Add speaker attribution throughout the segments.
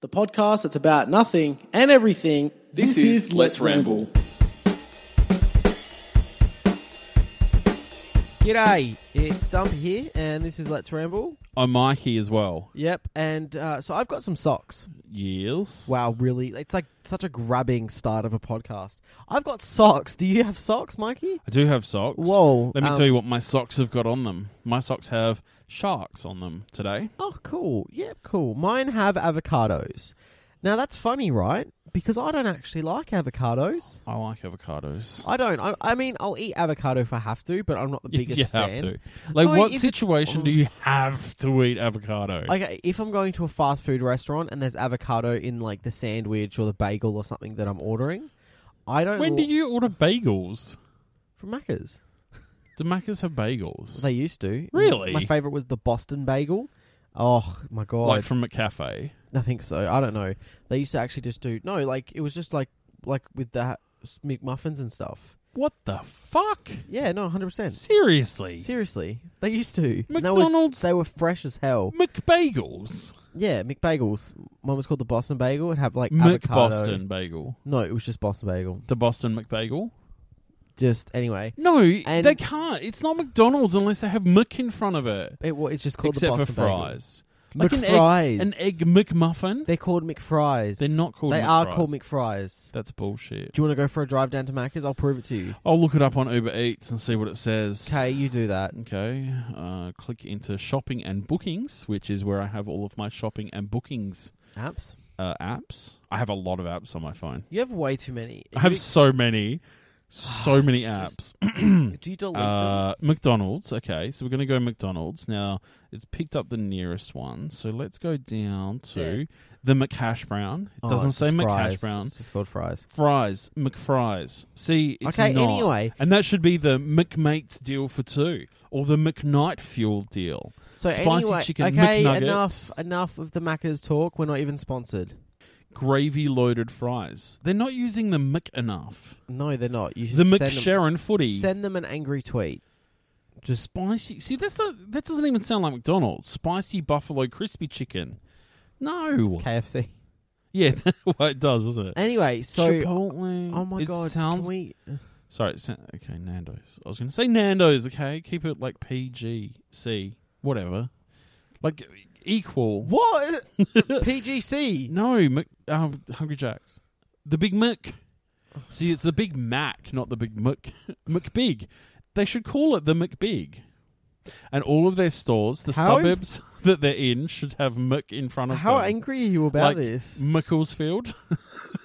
Speaker 1: the podcast that's about nothing and everything.
Speaker 2: This, is, Let's Ramble.
Speaker 3: G'day, it's Stump here, and this is Let's Ramble.
Speaker 4: I'm Oh, Mikey as well.
Speaker 3: Yep, and uh, so I've got some socks.
Speaker 4: Yes.
Speaker 3: Wow, really? It's like such a grabbing start of a podcast. I've got socks. Do you have socks, Mikey?
Speaker 4: I do have socks.
Speaker 3: Whoa,
Speaker 4: Let me
Speaker 3: um,
Speaker 4: tell you what my socks have got on them. My socks have sharks on them today.
Speaker 3: Oh, cool. Yep, cool. Mine have avocados. Now that's funny, right? Because I don't actually like avocados.
Speaker 4: I like avocados.
Speaker 3: I don't. I, I mean, I'll eat avocado if I have to, but I'm not the
Speaker 4: You-
Speaker 3: biggest
Speaker 4: you
Speaker 3: fan.
Speaker 4: have to. Like,
Speaker 3: No,
Speaker 4: what
Speaker 3: if it-
Speaker 4: situation do you have to eat avocado?
Speaker 3: Like if I'm going to a fast food restaurant and there's avocado in like the sandwich or the bagel or something that I'm ordering, I don't.
Speaker 4: when do
Speaker 3: l-
Speaker 4: you order bagels?
Speaker 3: from Macca's?
Speaker 4: Do Macca's have bagels?
Speaker 3: They used to.
Speaker 4: Really?
Speaker 3: My favorite was the Boston bagel. Oh my god!
Speaker 4: like from a cafe.
Speaker 3: I think so. I don't know. They used to actually just do no, like it was just like like with the McMuffins and stuff.
Speaker 4: What the fuck?
Speaker 3: Yeah, no, hundred percent.
Speaker 4: Seriously?
Speaker 3: Seriously, they used to. And they were-
Speaker 4: McDonald's
Speaker 3: They were fresh as hell.
Speaker 4: McBagels.
Speaker 3: Yeah, McBagels. One was called the Boston Bagel. It had like avocado.
Speaker 4: McBoston bagel.
Speaker 3: No, it was just Boston Bagel.
Speaker 4: The Boston McBagel.
Speaker 3: Just anyway,
Speaker 4: No,
Speaker 3: And-
Speaker 4: they can't. It's not McDonald's unless they have Mc in front of it.
Speaker 3: It, wa- it's just called
Speaker 4: Except
Speaker 3: the
Speaker 4: for
Speaker 3: Boston
Speaker 4: fries.
Speaker 3: Bagel.
Speaker 4: Like an egg-
Speaker 3: McFries.
Speaker 4: An egg McMuffin?
Speaker 3: They're called McFries.
Speaker 4: They're not called
Speaker 3: They are
Speaker 4: McFries.
Speaker 3: called McFries.
Speaker 4: That's bullshit.
Speaker 3: Do you want to go for a drive down to Macca's? I'll prove it to you.
Speaker 4: I'll look it up on Uber Eats and see what it says.
Speaker 3: Okay, you do that.
Speaker 4: Okay. Uh, click into shopping and bookings, which is where I have all of my shopping and bookings
Speaker 3: Apps.
Speaker 4: uh, apps. I have a lot of apps on my phone.
Speaker 3: You have way too many.
Speaker 4: I have
Speaker 3: You-
Speaker 4: so many, so many
Speaker 3: Ah, It's
Speaker 4: apps.
Speaker 3: just- do you delete them?
Speaker 4: Uh, McDonald's. Okay, so we're going to go McDonald's. Now, it's picked up the nearest one. So let's go down to the McHash Brown. It
Speaker 3: Oh,
Speaker 4: doesn't
Speaker 3: it's
Speaker 4: say
Speaker 3: just
Speaker 4: McHash
Speaker 3: fries.
Speaker 4: Brown.
Speaker 3: It's just called fries.
Speaker 4: Fries, McFries. See, it's
Speaker 3: okay,
Speaker 4: not.
Speaker 3: anyway.
Speaker 4: And that should be the McMates deal for two or the McKnight fuel deal.
Speaker 3: So
Speaker 4: Spicy
Speaker 3: anyway,
Speaker 4: chicken
Speaker 3: okay,
Speaker 4: McNuggets.
Speaker 3: enough, enough of the Macca's talk. We're not even sponsored.
Speaker 4: Gravy loaded fries. They're not using the Mc enough.
Speaker 3: No, they're not. You should
Speaker 4: The
Speaker 3: send
Speaker 4: McSharon
Speaker 3: them,
Speaker 4: footy.
Speaker 3: send them an angry tweet.
Speaker 4: Just spicy. See, that's not, that doesn't even sound like McDonald's. Spicy buffalo crispy chicken. No.
Speaker 3: It's KFC.
Speaker 4: Yeah, well, it does, doesn't it?
Speaker 3: Anyway, so
Speaker 4: Chipotle.
Speaker 3: oh my
Speaker 4: it
Speaker 3: god,
Speaker 4: Sounds
Speaker 3: can we?
Speaker 4: sorry. It sound, okay, Nando's. I was going to say Nando's. Okay, keep it like PG, C, whatever, like equal.
Speaker 3: What? PGC.
Speaker 4: No, Mc, um, Hungry Jacks. The Big Mac. See, it's the Big Mac, not the Big Mac. McBig. They should call it the McBig. And all of their stores, the
Speaker 3: How im-
Speaker 4: suburbs that they're in, should have Mc in front of
Speaker 3: How
Speaker 4: them.
Speaker 3: angry are you about
Speaker 4: Like,
Speaker 3: this?
Speaker 4: Micklesfield.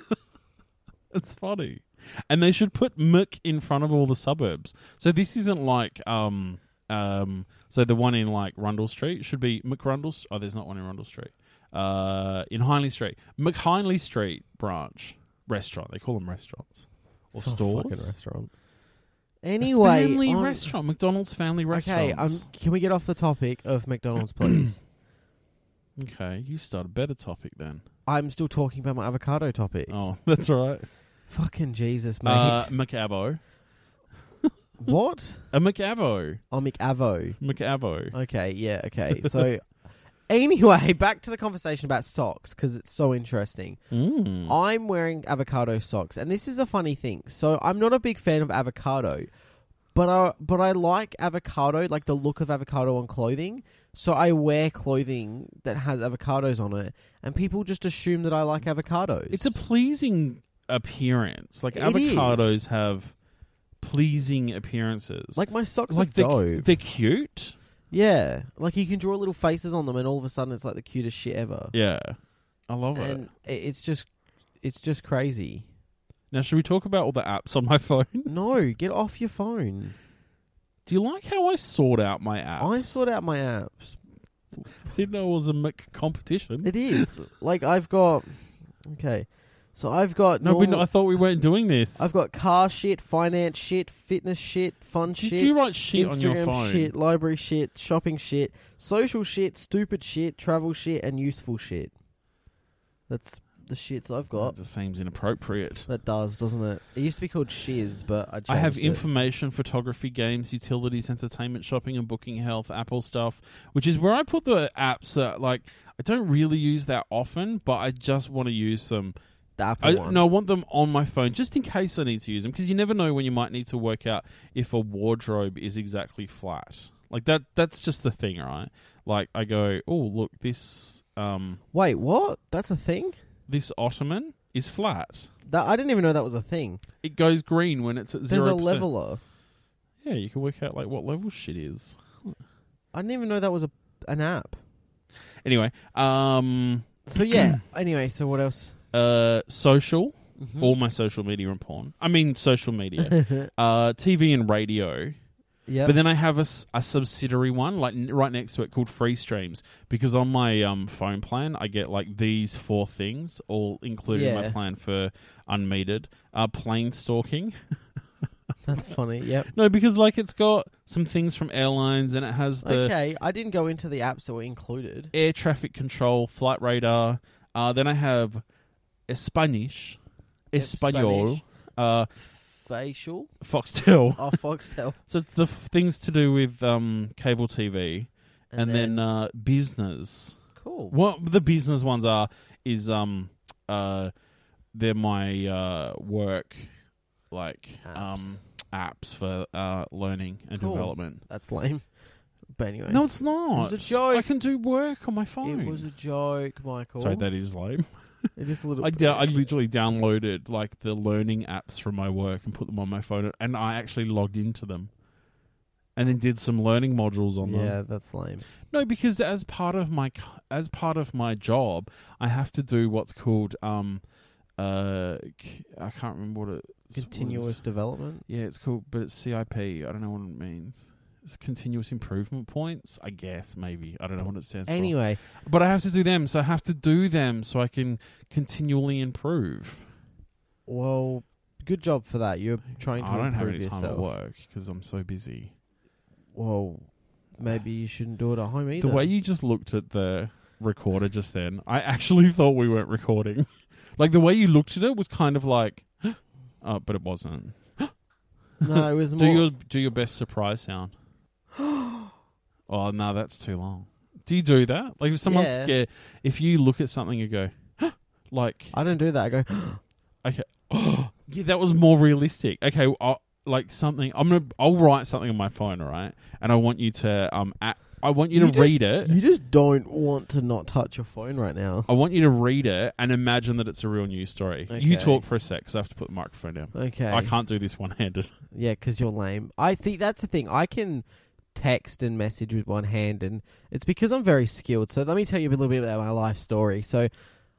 Speaker 4: it's funny. And they should put Mick in front of all the suburbs. So this isn't like um um so the one in like Rundle Street should be McRundle oh there's not one in Rundle Street. Uh in Hindley Street. McHindley Street branch restaurant. They call them restaurants. Or
Speaker 3: It's not a
Speaker 4: stores.
Speaker 3: fucking restaurant.
Speaker 4: A
Speaker 3: Anyway,
Speaker 4: family
Speaker 3: on-
Speaker 4: restaurant, McDonald's family
Speaker 3: Okay,
Speaker 4: restaurant.
Speaker 3: um, can we get off the topic of McDonald's, please?
Speaker 4: okay, you start a better topic then.
Speaker 3: I'm still talking about my avocado topic.
Speaker 4: Oh, that's all right.
Speaker 3: Fucking Jesus, mate!
Speaker 4: Uh, McAvo.
Speaker 3: what?
Speaker 4: A McAvo.
Speaker 3: Oh, McAvo.
Speaker 4: McAvo.
Speaker 3: Okay, yeah, okay. So, anyway, back to the conversation about socks because it's so interesting.
Speaker 4: Mm.
Speaker 3: I'm wearing avocado socks, and this is a funny thing. So, I'm not a big fan of avocado, but I but I like avocado, like the look of avocado on clothing. So, I wear clothing that has avocados on it, and people just assume that I like avocados.
Speaker 4: It's a pleasing appearance. Like
Speaker 3: It
Speaker 4: avocados
Speaker 3: is.
Speaker 4: have pleasing appearances.
Speaker 3: like my socks
Speaker 4: like
Speaker 3: are
Speaker 4: they're,
Speaker 3: dope.
Speaker 4: they're cute.
Speaker 3: yeah, like you can draw little faces on them, and all of a sudden, it's like the cutest shit ever.
Speaker 4: Yeah, I love it.
Speaker 3: and i- it's just it's just crazy.
Speaker 4: Now, should we talk about all the apps on my phone?
Speaker 3: No, get off your phone.
Speaker 4: Do you like how I sort out my apps?
Speaker 3: I sort out my apps.
Speaker 4: didn't know it was a Mc competition.
Speaker 3: It is like I've got okay, so I've got
Speaker 4: no, we,
Speaker 3: normal-
Speaker 4: I thought we weren't doing this.
Speaker 3: I've got car shit, finance shit, fitness shit, fun
Speaker 4: Did
Speaker 3: shit,
Speaker 4: you write shit on your
Speaker 3: Instagram
Speaker 4: phone?
Speaker 3: shit, library shit, shopping shit, social shit, stupid shit, travel shit, and useful shit. That's the shits I've got.
Speaker 4: That just seems inappropriate.
Speaker 3: That does, doesn't it? It used to be called Shiz, but I changed
Speaker 4: I have
Speaker 3: it.
Speaker 4: information, photography, games, utilities, entertainment, shopping, and booking health, Apple stuff, which is where I put the apps that, like, I don't really use that often, but I just want to use them.
Speaker 3: the Apple
Speaker 4: I,
Speaker 3: one.
Speaker 4: no, I want them on my phone just in case I need to use them because you never know when you might need to work out if a wardrobe is exactly flat. Like, that. that's just the thing, right? Like, I go, oh, look, this, um,
Speaker 3: Wait, what? That's a thing?
Speaker 4: this ottoman is flat.
Speaker 3: That I didn't even know that was a thing.
Speaker 4: It goes green when it's at
Speaker 3: There's
Speaker 4: zero.
Speaker 3: a leveler.
Speaker 4: Yeah, you can work out like what level shit is.
Speaker 3: I didn't even know that was a an app.
Speaker 4: Anyway, um,
Speaker 3: So yeah. anyway, so what else?
Speaker 4: uh, social,
Speaker 3: Hmm. Mm-hmm.
Speaker 4: all my social media and porn. I mean, social media, uh, TV and radio.
Speaker 3: Yeah.
Speaker 4: But then I have a, s- a subsidiary one, like n- right next to it, called Free Streams, because on my um, phone plan I get like these four things, all included in my
Speaker 3: Yeah.
Speaker 4: plan for unmetered. Uh, plane stalking,
Speaker 3: That's funny. Yep.
Speaker 4: no, because like it's got some things from airlines, and it has the
Speaker 3: okay, I didn't go into the apps that were included.
Speaker 4: air traffic control, flight radar. Uh, then I have Spanish,
Speaker 3: Yep,
Speaker 4: Espanol,
Speaker 3: Spanish.
Speaker 4: uh,
Speaker 3: Facial.
Speaker 4: Foxtel.
Speaker 3: Oh, Foxtel.
Speaker 4: so it's the f- things to do with um, cable TV, and, then, uh, business.
Speaker 3: cool.
Speaker 4: What the business ones are is um uh they're my uh work like um apps for uh learning and
Speaker 3: Cool.
Speaker 4: development.
Speaker 3: That's lame. But anyway,
Speaker 4: No, it's not.
Speaker 3: was a joke.
Speaker 4: I can do work on my phone.
Speaker 3: it was a joke, Michael.
Speaker 4: Sorry, that is lame.
Speaker 3: it is a little.
Speaker 4: I, da- I literally downloaded like the learning apps from my work and put them on my phone, and I actually logged into them, and then did some learning modules on them.
Speaker 3: yeah, that's lame.
Speaker 4: No, because as part of my c- as part of my job, I have to do what's called um uh c- I can't remember what it was.
Speaker 3: Continuous development.
Speaker 4: Yeah, it's called, but it's CIP. I don't know what it means. It's continuous improvement points, I guess. Maybe I don't know what it stands for.
Speaker 3: Anyway,
Speaker 4: But I have to do them, so I have to do them so I can continually improve.
Speaker 3: well, good job for that. You're trying to
Speaker 4: I don't
Speaker 3: improve
Speaker 4: have any
Speaker 3: yourself.
Speaker 4: time at work because I'm so busy.
Speaker 3: Well, maybe you shouldn't do it at home either.
Speaker 4: The way you just looked at the recorder just then, I actually thought we weren't recording. like the way you looked at it was kind of like, uh, but it wasn't.
Speaker 3: no, it was
Speaker 4: Do
Speaker 3: more.
Speaker 4: your do your best surprise sound. oh no, that's too long. Do you do that? Like if someone's
Speaker 3: Yeah.
Speaker 4: scared, if you look at something and go, like
Speaker 3: I don't do that. I go.
Speaker 4: okay, yeah, that was more realistic. Okay, well, I'll, like something. I'm gonna I'll write something on my phone, all right? And I want you to um, a- I want you to
Speaker 3: You just-
Speaker 4: read it.
Speaker 3: You just don't want to not touch your phone right now.
Speaker 4: I want you to read it and imagine that it's a real news story. You
Speaker 3: Okay.
Speaker 4: talk for a sec 'cause I have to put the microphone down.
Speaker 3: Okay.
Speaker 4: I can't do this one handed.
Speaker 3: Yeah, because you're lame. I see. That's the thing. I can text and message with one hand, and it's because I'm very skilled. So let me tell you a little bit about my life story. So,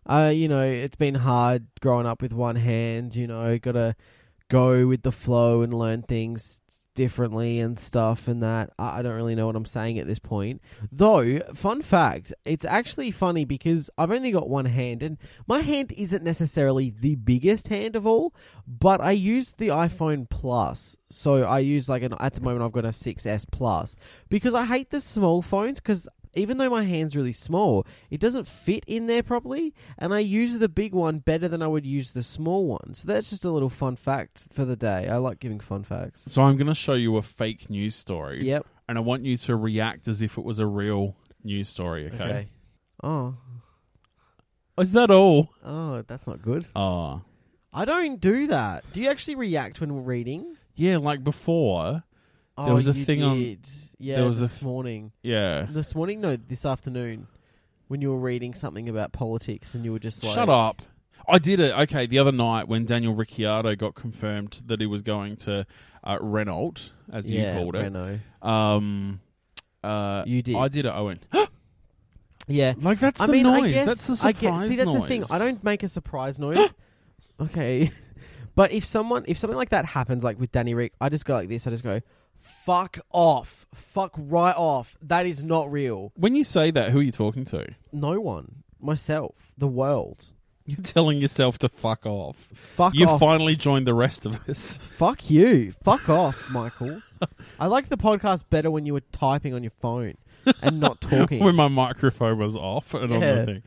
Speaker 3: uh, you know, it's been hard growing up with one hand. You know, got to go with the flow and learn things differently and stuff and that. I, I don't really know what I'm saying at this point. Though, fun fact, it's actually funny because I've only got one hand, and my hand isn't necessarily the biggest hand of all, but I use the iPhone Plus. So I use like an, at the moment, I've got a 6S Plus because I hate the small phones because. Even though my hand's really small, it doesn't fit in there properly, and I use the big one better than I would use the small one. So that's just a little fun fact for the day. I like giving fun facts.
Speaker 4: So I'm going to show you a fake news story.
Speaker 3: Yep.
Speaker 4: And I want you to react as if it was a real news story, okay?
Speaker 3: Okay. Oh,
Speaker 4: Is that all?
Speaker 3: oh, that's not good.
Speaker 4: Ah.
Speaker 3: I don't do that. Do you actually react when we're reading?
Speaker 4: yeah, like before.
Speaker 3: Oh,
Speaker 4: was a
Speaker 3: you
Speaker 4: thing on-
Speaker 3: did. Yeah,
Speaker 4: there was a
Speaker 3: this
Speaker 4: th-
Speaker 3: morning.
Speaker 4: Yeah.
Speaker 3: This morning? No, this afternoon. When you were reading something about politics and you were just like,
Speaker 4: Shut up. I did it. Okay, the other night when Daniel Ricciardo got confirmed that he was going to uh, Renault, as
Speaker 3: yeah,
Speaker 4: you called it.
Speaker 3: Renault.
Speaker 4: Um, uh,
Speaker 3: You did.
Speaker 4: I did it. I went.
Speaker 3: Yeah.
Speaker 4: Like that's
Speaker 3: I
Speaker 4: the
Speaker 3: mean,
Speaker 4: noise.
Speaker 3: I guess
Speaker 4: that's the
Speaker 3: I
Speaker 4: surprise
Speaker 3: get, see, that's the thing.
Speaker 4: noise.
Speaker 3: I don't make a surprise noise. okay, but if someone, if something like that happens, like with Danny Rick, I just go like this. I just go, "Fuck off, fuck right off. That is not real.
Speaker 4: When you say that, who are you talking to?
Speaker 3: No one, myself, the world.
Speaker 4: You're telling yourself to fuck off.
Speaker 3: Fuck
Speaker 4: you
Speaker 3: off.
Speaker 4: finally joined the rest of us.
Speaker 3: Fuck you. Fuck off, Michael. I liked the podcast better when you were typing on your phone and not talking.
Speaker 4: when my microphone was off and all
Speaker 3: Yeah. Uh-huh.
Speaker 4: that thing.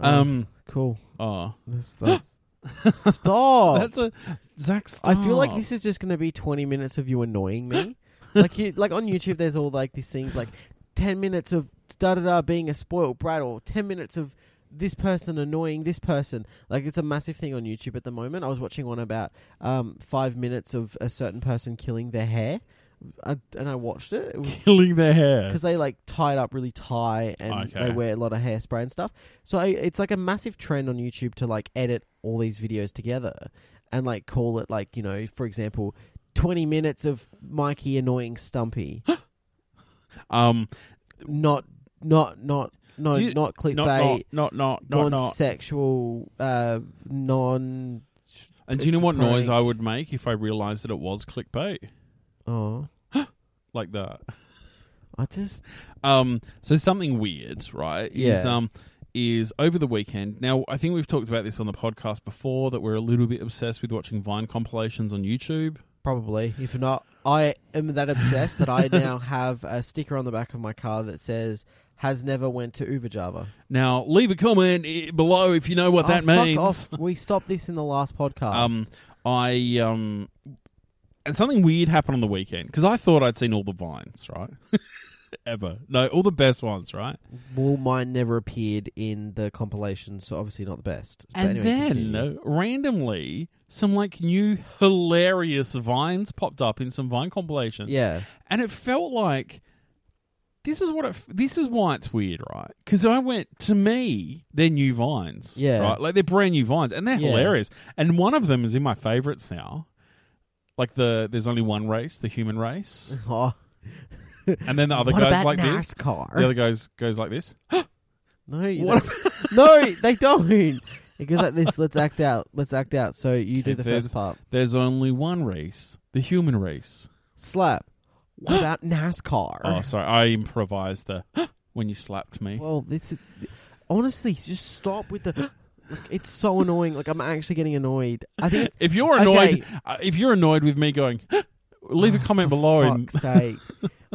Speaker 4: Um,
Speaker 3: Cool.
Speaker 4: Oh,
Speaker 3: That's, that's, stop.
Speaker 4: that's a Zach. Stop.
Speaker 3: Oh. I feel like this is just going to be 20 minutes of you annoying me. like you, like on YouTube, there's all like these things like 10 minutes of da da da being a spoiled brat or 10 minutes of this person annoying this person. Like it's a massive thing on YouTube at the moment. I was watching one about um, five minutes of a certain person killing their hair. I, and I watched it. It was
Speaker 4: killing their hair.
Speaker 3: because they like tie it up really tight and
Speaker 4: Okay.
Speaker 3: they wear a lot of hairspray and stuff. So I, it's like a massive trend on YouTube to like edit all these videos together and like call it like you know, for example, twenty minutes of Mikey annoying Stumpy,
Speaker 4: Um,
Speaker 3: not not not no
Speaker 4: Do you-
Speaker 3: not
Speaker 4: not, not
Speaker 3: clickbait,
Speaker 4: not not not
Speaker 3: non
Speaker 4: not.
Speaker 3: sexual, uh, non.
Speaker 4: And do you know
Speaker 3: it's a
Speaker 4: what noise
Speaker 3: prank.
Speaker 4: I would make if I realized that it was clickbait
Speaker 3: Oh,
Speaker 4: like that?
Speaker 3: I just
Speaker 4: Um, so something weird, right? Is,
Speaker 3: Yeah.
Speaker 4: um, is over the weekend. Now, I think we've talked about this on the podcast before that we're a little bit obsessed with watching Vine compilations on YouTube.
Speaker 3: probably if not. I am that obsessed that I now have a sticker on the back of my car that says "has never went to Uber Java."
Speaker 4: Now, leave a comment i- below if you know what
Speaker 3: Oh,
Speaker 4: that
Speaker 3: fuck
Speaker 4: means.
Speaker 3: off. We stopped this in the last podcast.
Speaker 4: Um, I um, and something weird happened on the weekend because I thought I'd seen all the vines, right? Ever no, all the best ones, right?
Speaker 3: well, mine never appeared in the compilation, so obviously not the best. But
Speaker 4: and
Speaker 3: anyway,
Speaker 4: then
Speaker 3: continue.
Speaker 4: randomly, some like new hilarious vines popped up in some vine compilations.
Speaker 3: yeah,
Speaker 4: and it felt like this is what it, f- this is why it's weird, right? Because I went to me, they're new vines,
Speaker 3: Yeah.
Speaker 4: right? Like they're brand new vines, and they're
Speaker 3: Yeah.
Speaker 4: hilarious. And one of them is in my favorites now. Like the there's only one race, the human race,
Speaker 3: oh,
Speaker 4: and then the other
Speaker 3: what
Speaker 4: guy's
Speaker 3: about
Speaker 4: like this.
Speaker 3: NASCAR?
Speaker 4: The other guy's goes like this.
Speaker 3: no, you
Speaker 4: What
Speaker 3: don't. no, they don't. It goes like this. Let's act out. Let's act out. So you do
Speaker 4: Okay,
Speaker 3: the
Speaker 4: there's-
Speaker 3: first part.
Speaker 4: There's only one race, the human race.
Speaker 3: Slap. What about NASCAR?
Speaker 4: Oh, sorry, I improvised the when you slapped me.
Speaker 3: Well, this is honestly just stop with the. Like, it's so annoying. Like I'm actually getting annoyed. I think it's
Speaker 4: If you're annoyed,
Speaker 3: Okay. Oh,
Speaker 4: uh, if you're annoyed with me going, leave a comment below. and-
Speaker 3: fuck's sake.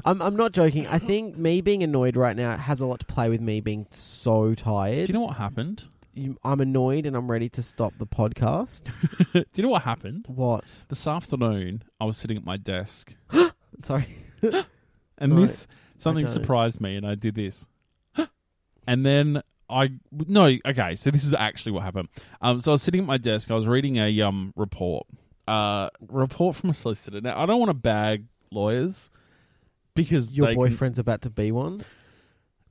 Speaker 3: I'm, I'm not joking. I think me being annoyed right now has a lot to play with me being so
Speaker 4: do
Speaker 3: tired.
Speaker 4: you know what happened?
Speaker 3: You- I'm annoyed and I'm ready to stop the podcast.
Speaker 4: Do you know what happened?
Speaker 3: What?
Speaker 4: This afternoon, I was sitting at my desk,
Speaker 3: Sorry.
Speaker 4: and
Speaker 3: Right.
Speaker 4: this something
Speaker 3: don't.
Speaker 4: surprised me, and I did this, and then I no okay. So this is actually what happened. Um, so I was sitting at my desk. I was reading a um report, uh, report from a solicitor. Now I don't want to bag lawyers because
Speaker 3: Your
Speaker 4: they can-
Speaker 3: boyfriend's about to be one.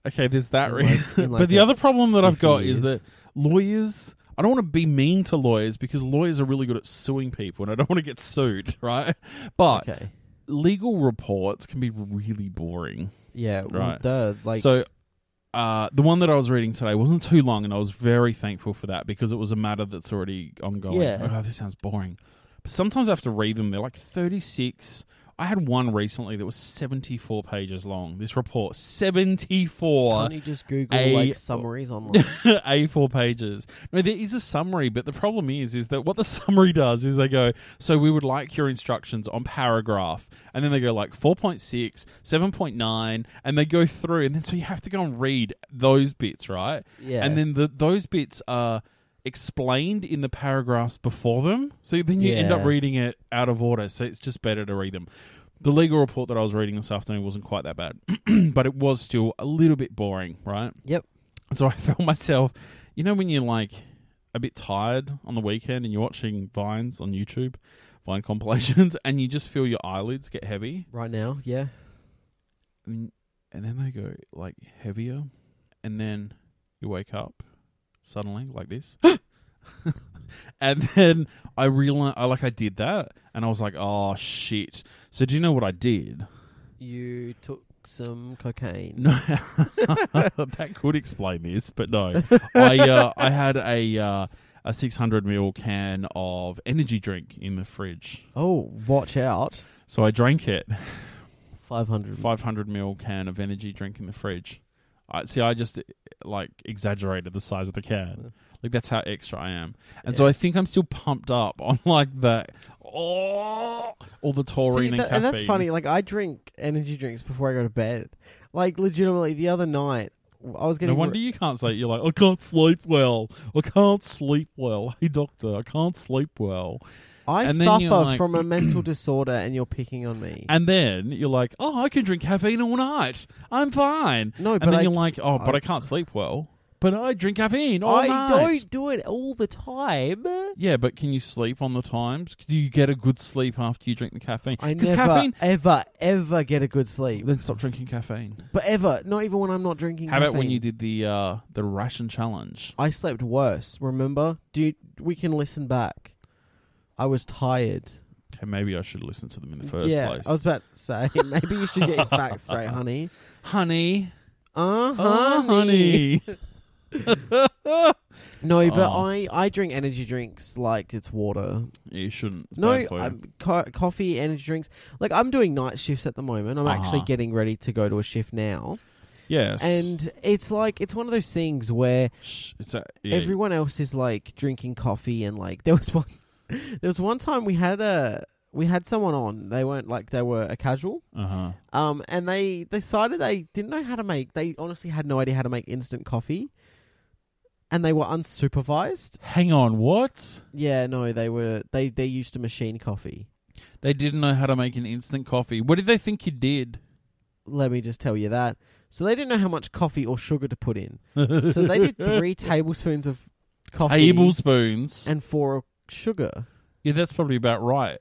Speaker 4: okay, there's that
Speaker 3: in
Speaker 4: reason.
Speaker 3: like- in like
Speaker 4: but the
Speaker 3: a
Speaker 4: other problem that I've
Speaker 3: 50
Speaker 4: got
Speaker 3: years.
Speaker 4: is that lawyers. I don't want to be mean to lawyers because lawyers are really good at suing people, and I don't want to get sued, right? But
Speaker 3: Okay.
Speaker 4: legal reports can be really boring.
Speaker 3: Yeah. Well,
Speaker 4: Right.
Speaker 3: duh. Like.
Speaker 4: so, uh, the one that I was reading today wasn't too long, and I was very thankful for that because it was a matter that's already ongoing.
Speaker 3: Yeah.
Speaker 4: Oh, this sounds boring. But sometimes I have to read them. They're like 36. I had one recently that was 74 pages long. This report, 74
Speaker 3: can't you just Google
Speaker 4: a-
Speaker 3: like summaries online?
Speaker 4: A4 pages. No, there is a summary, but the problem is, is that what the summary does is they go, so we would like your instructions on paragraph, and then they go like 4.6, 7.9, and they go through, and then so you have to go and read those bits, right?
Speaker 3: Yeah.
Speaker 4: And then the, those bits are explained in the paragraphs before them, so then you end up
Speaker 3: Yeah.
Speaker 4: reading it out of order. So it's just better to read them. The legal report that I was reading this afternoon wasn't quite that bad, but it was still a little bit boring, right?
Speaker 3: yep.
Speaker 4: So I felt myself, you know, when you're like a bit tired on the weekend and you're watching vines on YouTube, vine compilations, and you just feel your eyelids get heavy,
Speaker 3: Right now. Yeah.
Speaker 4: and, and then they go like heavier, and then you wake up suddenly like this. And then I realized, I like, I did that, and I was like, "Oh shit!" So do you know what I did?
Speaker 3: You took some cocaine.
Speaker 4: No, that could explain this, but no. I uh, I had a uh, a six hundred ml can of energy drink in the fridge,
Speaker 3: Oh, watch out.
Speaker 4: so I drank it.
Speaker 3: Five hundred.
Speaker 4: Five hundred ml can of energy drink in the fridge. I see. I just like exaggerated the size of the can. Like that's how extra I am, and so I think I'm still pumped up on like that. Oh, all the
Speaker 3: See,
Speaker 4: taurine and
Speaker 3: that-
Speaker 4: caffeine.
Speaker 3: that's funny. Like I drink energy drinks before I go to bed. Like legitimately, the other night I was
Speaker 4: No
Speaker 3: getting.
Speaker 4: wonder you can't say it. you're like I can't sleep well. I can't sleep well. Hey doctor, I can't sleep well.
Speaker 3: I
Speaker 4: and then you're
Speaker 3: suffer
Speaker 4: like-
Speaker 3: from a mental disorder, and you're picking on me.
Speaker 4: And then you're like, oh, I can drink caffeine all night. I'm fine.
Speaker 3: No,
Speaker 4: and
Speaker 3: but
Speaker 4: then
Speaker 3: I-
Speaker 4: you're like, oh, but
Speaker 3: I-
Speaker 4: I can't sleep well. But I drink caffeine all
Speaker 3: I
Speaker 4: night.
Speaker 3: don't do it all the time.
Speaker 4: Yeah, but can you sleep on the times? Do you get a good sleep after you drink the caffeine?
Speaker 3: I
Speaker 4: 'Cause
Speaker 3: never,
Speaker 4: caffeine.
Speaker 3: ever, ever get a good sleep.
Speaker 4: Then stop drinking caffeine.
Speaker 3: But ever, not even when I'm not drinking.
Speaker 4: How about when
Speaker 3: caffeine.
Speaker 4: you did the uh, the ration challenge?
Speaker 3: I slept worse. Remember? Do you, we can listen back? I was tired.
Speaker 4: Okay, maybe I should listen to them in the first
Speaker 3: yeah,
Speaker 4: place.
Speaker 3: I was about to say maybe you should get your facts straight, honey.
Speaker 4: honey,
Speaker 3: Uh,
Speaker 4: oh, honey.
Speaker 3: No, but
Speaker 4: Oh.
Speaker 3: I I drink energy drinks like it's water.
Speaker 4: you shouldn't. It's
Speaker 3: No,
Speaker 4: bad for you.
Speaker 3: um, co- coffee, energy drinks. Like I'm doing night shifts at the moment. I'm actually
Speaker 4: Uh-huh.
Speaker 3: getting ready to go to a shift now,
Speaker 4: yes,
Speaker 3: and it's like it's one of those things where
Speaker 4: Shh, it's a, yeah,
Speaker 3: everyone else is like drinking coffee and like there was one there was one time we had a we had someone on they weren't like they were a casual
Speaker 4: uh-huh.
Speaker 3: um and they decided they didn't know how to make they honestly had no idea how to make instant coffee and they were unsupervised
Speaker 4: Hang on, what?
Speaker 3: yeah no they were they they used to machine coffee
Speaker 4: They didn't know how to make an instant coffee. What did they think you did?
Speaker 3: let me just tell you that so they didn't know how much coffee or sugar to put in so they did three tablespoons of coffee
Speaker 4: tablespoons.
Speaker 3: and four sugar
Speaker 4: yeah, that's probably about right.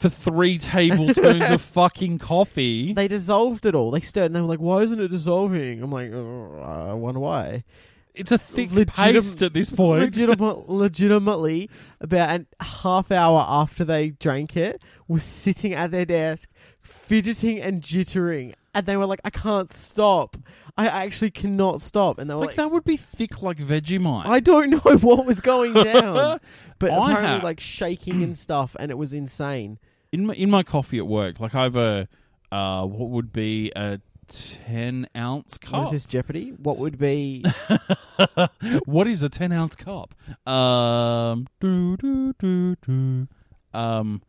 Speaker 4: For three tablespoons of fucking coffee.
Speaker 3: They dissolved it all. They stirred and they were like, why isn't it dissolving? I'm like, "Ugh, I wonder why.
Speaker 4: It's a thick
Speaker 3: Legitim-
Speaker 4: paste at this point.
Speaker 3: Legitima- legitimately, about a half hour after they drank it, was sitting at their desk, fidgeting and jittering. And they were like, I can't stop. I actually cannot stop. And they were
Speaker 4: like,
Speaker 3: like,
Speaker 4: that would be thick like Vegemite.
Speaker 3: I don't know what was going down. But
Speaker 4: I
Speaker 3: apparently,
Speaker 4: have-
Speaker 3: like, shaking and stuff. And it was insane.
Speaker 4: in my in my coffee at work, like I have a uh, what would be a ten ounce cup.
Speaker 3: What is this, Jeopardy? What would be.
Speaker 4: what is a 10 ounce cup? Um, do, do, do, do. Um,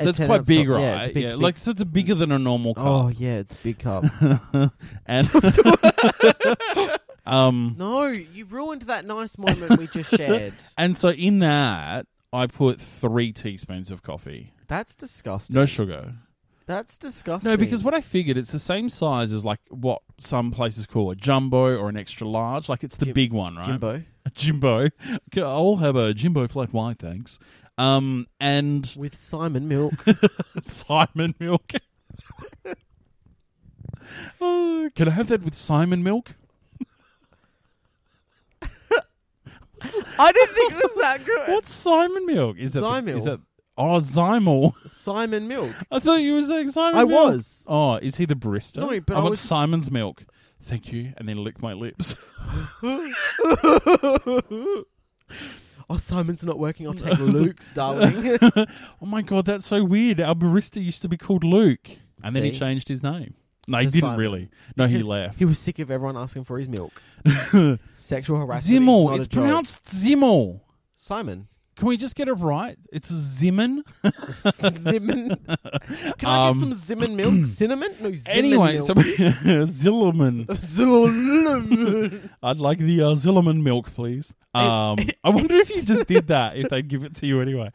Speaker 3: A
Speaker 4: so it's
Speaker 3: 10
Speaker 4: quite
Speaker 3: ounce
Speaker 4: big,
Speaker 3: cup.
Speaker 4: right?
Speaker 3: Yeah, it's big- big-
Speaker 4: like so it's a bigger than a normal
Speaker 3: oh,
Speaker 4: cup.
Speaker 3: yeah, it's Big Cup.
Speaker 4: and um,
Speaker 3: No, you ruined that nice moment we just shared.
Speaker 4: and so in that I put three teaspoons of coffee,
Speaker 3: That's disgusting.
Speaker 4: no sugar.
Speaker 3: That's disgusting.
Speaker 4: No, because what I figured it's the same size as like what some places call a jumbo or an extra large. Like it's the
Speaker 3: Jim-
Speaker 4: big one, right?
Speaker 3: Jimbo
Speaker 4: A jimbo. Okay, I'll have a jimbo flat white, thanks. Um, and
Speaker 3: with Simon Milk.
Speaker 4: Simon milk. Oh, can I have that with Simon milk?
Speaker 3: I didn't think it was that good.
Speaker 4: What's Simon milk? Is that
Speaker 3: Zymil.
Speaker 4: is that oh Zymel?
Speaker 3: Simon Milk.
Speaker 4: I thought you were saying Simon.
Speaker 3: I
Speaker 4: milk.
Speaker 3: was.
Speaker 4: Oh, is he the barista?
Speaker 3: No, but
Speaker 4: I,
Speaker 3: I
Speaker 4: want
Speaker 3: was-
Speaker 4: Simon's milk. Thank you, and then lick my lips.
Speaker 3: oh, Simon's not working. I'll take Luke's, darling.
Speaker 4: oh my god, that's so weird. Our barista used to be called Luke, and then he
Speaker 3: See?
Speaker 4: changed his name. No,
Speaker 3: To
Speaker 4: he didn't
Speaker 3: Simon.
Speaker 4: really. No, he
Speaker 3: Because
Speaker 4: left.
Speaker 3: he was sick of everyone asking for his milk. Sexual harassment. is
Speaker 4: Zimmel.
Speaker 3: not
Speaker 4: It's
Speaker 3: a joke.
Speaker 4: pronounced Zimmel.
Speaker 3: Simon.
Speaker 4: Can we just get it right? It's Zimmin.
Speaker 3: Zimmon. Can I
Speaker 4: Um,
Speaker 3: get some Zimmon milk? Cinnamon? No, Zimmon
Speaker 4: Anyway,
Speaker 3: milk.
Speaker 4: so Zillerman.
Speaker 3: Zimmerman.
Speaker 4: I'd like the uh, Zillerman milk, please. Um, I wonder if you just did that, if they'd give it to you anyway.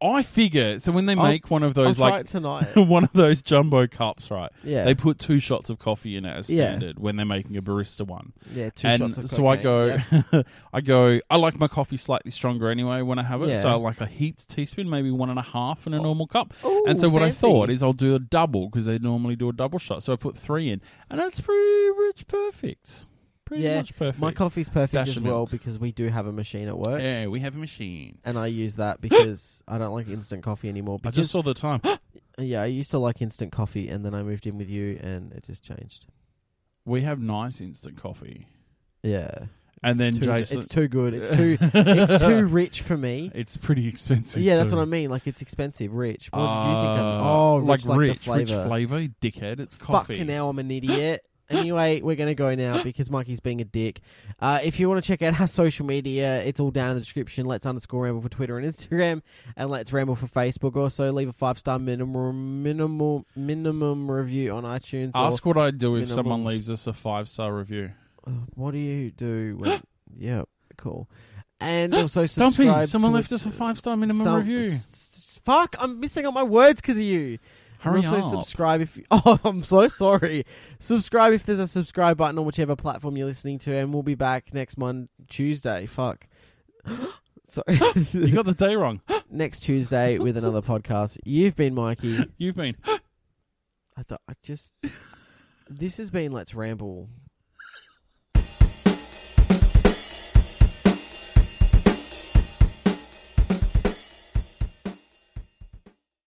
Speaker 4: I figure so when they
Speaker 3: I'll-
Speaker 4: make one of
Speaker 3: I'll
Speaker 4: those
Speaker 3: try
Speaker 4: like
Speaker 3: it tonight.
Speaker 4: one of those jumbo cups, right?
Speaker 3: Yeah.
Speaker 4: They put two shots of coffee in it as
Speaker 3: Yeah.
Speaker 4: standard when they're making a barista one.
Speaker 3: Yeah, two
Speaker 4: and
Speaker 3: shots of
Speaker 4: so I
Speaker 3: cocaine.
Speaker 4: go,
Speaker 3: Yep.
Speaker 4: I go. I like my coffee slightly stronger anyway when I have it.
Speaker 3: Yeah.
Speaker 4: So I like a heaped teaspoon, maybe one and a half in a normal cup.
Speaker 3: Ooh,
Speaker 4: and so what I
Speaker 3: fancy.
Speaker 4: thought is I'll do a double because they normally do a double shot. So I put three in, and that's pretty much perfect. Pretty
Speaker 3: yeah,
Speaker 4: much perfect.
Speaker 3: my coffee's perfect
Speaker 4: Dash
Speaker 3: as
Speaker 4: of
Speaker 3: well
Speaker 4: milk.
Speaker 3: because we do have a machine at work,
Speaker 4: yeah, we have a machine.
Speaker 3: and I use that because I don't like instant coffee anymore.
Speaker 4: I
Speaker 3: Because
Speaker 4: just saw the time.
Speaker 3: yeah, I used to like instant coffee, and then I moved in with you, and it just changed.
Speaker 4: we have nice instant coffee,
Speaker 3: Yeah,
Speaker 4: and
Speaker 3: It's
Speaker 4: then
Speaker 3: too,
Speaker 4: Jason.
Speaker 3: it's too good. It's too it's too rich for me.
Speaker 4: It's pretty expensive.
Speaker 3: Yeah, that's
Speaker 4: too.
Speaker 3: what I mean. Like it's expensive, rich. What did you think? I'm,
Speaker 4: Uh,
Speaker 3: oh, rich,
Speaker 4: like
Speaker 3: like
Speaker 4: rich,
Speaker 3: the flavor.
Speaker 4: rich flavor, you dickhead. It's coffee.
Speaker 3: Fucking hell, I'm an idiot. Anyway, we're going to go now because Mikey's being a dick. Uh, if you want to check out our social media, it's all down in the description. Let's underscore ramble for Twitter and Instagram, and let's ramble for Facebook. Also, leave a five star minimum minimum minimum review on iTunes.
Speaker 4: Ask what I'd do if
Speaker 3: minimum-
Speaker 4: someone leaves us a five star review.
Speaker 3: or- uh, what do you do when? yeah, cool. And also
Speaker 4: Stumpy,
Speaker 3: subscribe.
Speaker 4: someone
Speaker 3: to
Speaker 4: left
Speaker 3: it-
Speaker 4: us a five star minimum
Speaker 3: some- s-
Speaker 4: review.
Speaker 3: s- Fuck! I'm missing out my words because of you.
Speaker 4: Hurry
Speaker 3: and also
Speaker 4: up.
Speaker 3: subscribe if you, oh I'm so sorry. Subscribe if there's a subscribe button on whichever platform you're listening to, and we'll be back next Monday, Tuesday. Fuck. Sorry,
Speaker 4: you got the day wrong.
Speaker 3: next Tuesday with another podcast. You've been Mikey.
Speaker 4: You've been
Speaker 3: I, th- I just this has been Let's Ramble.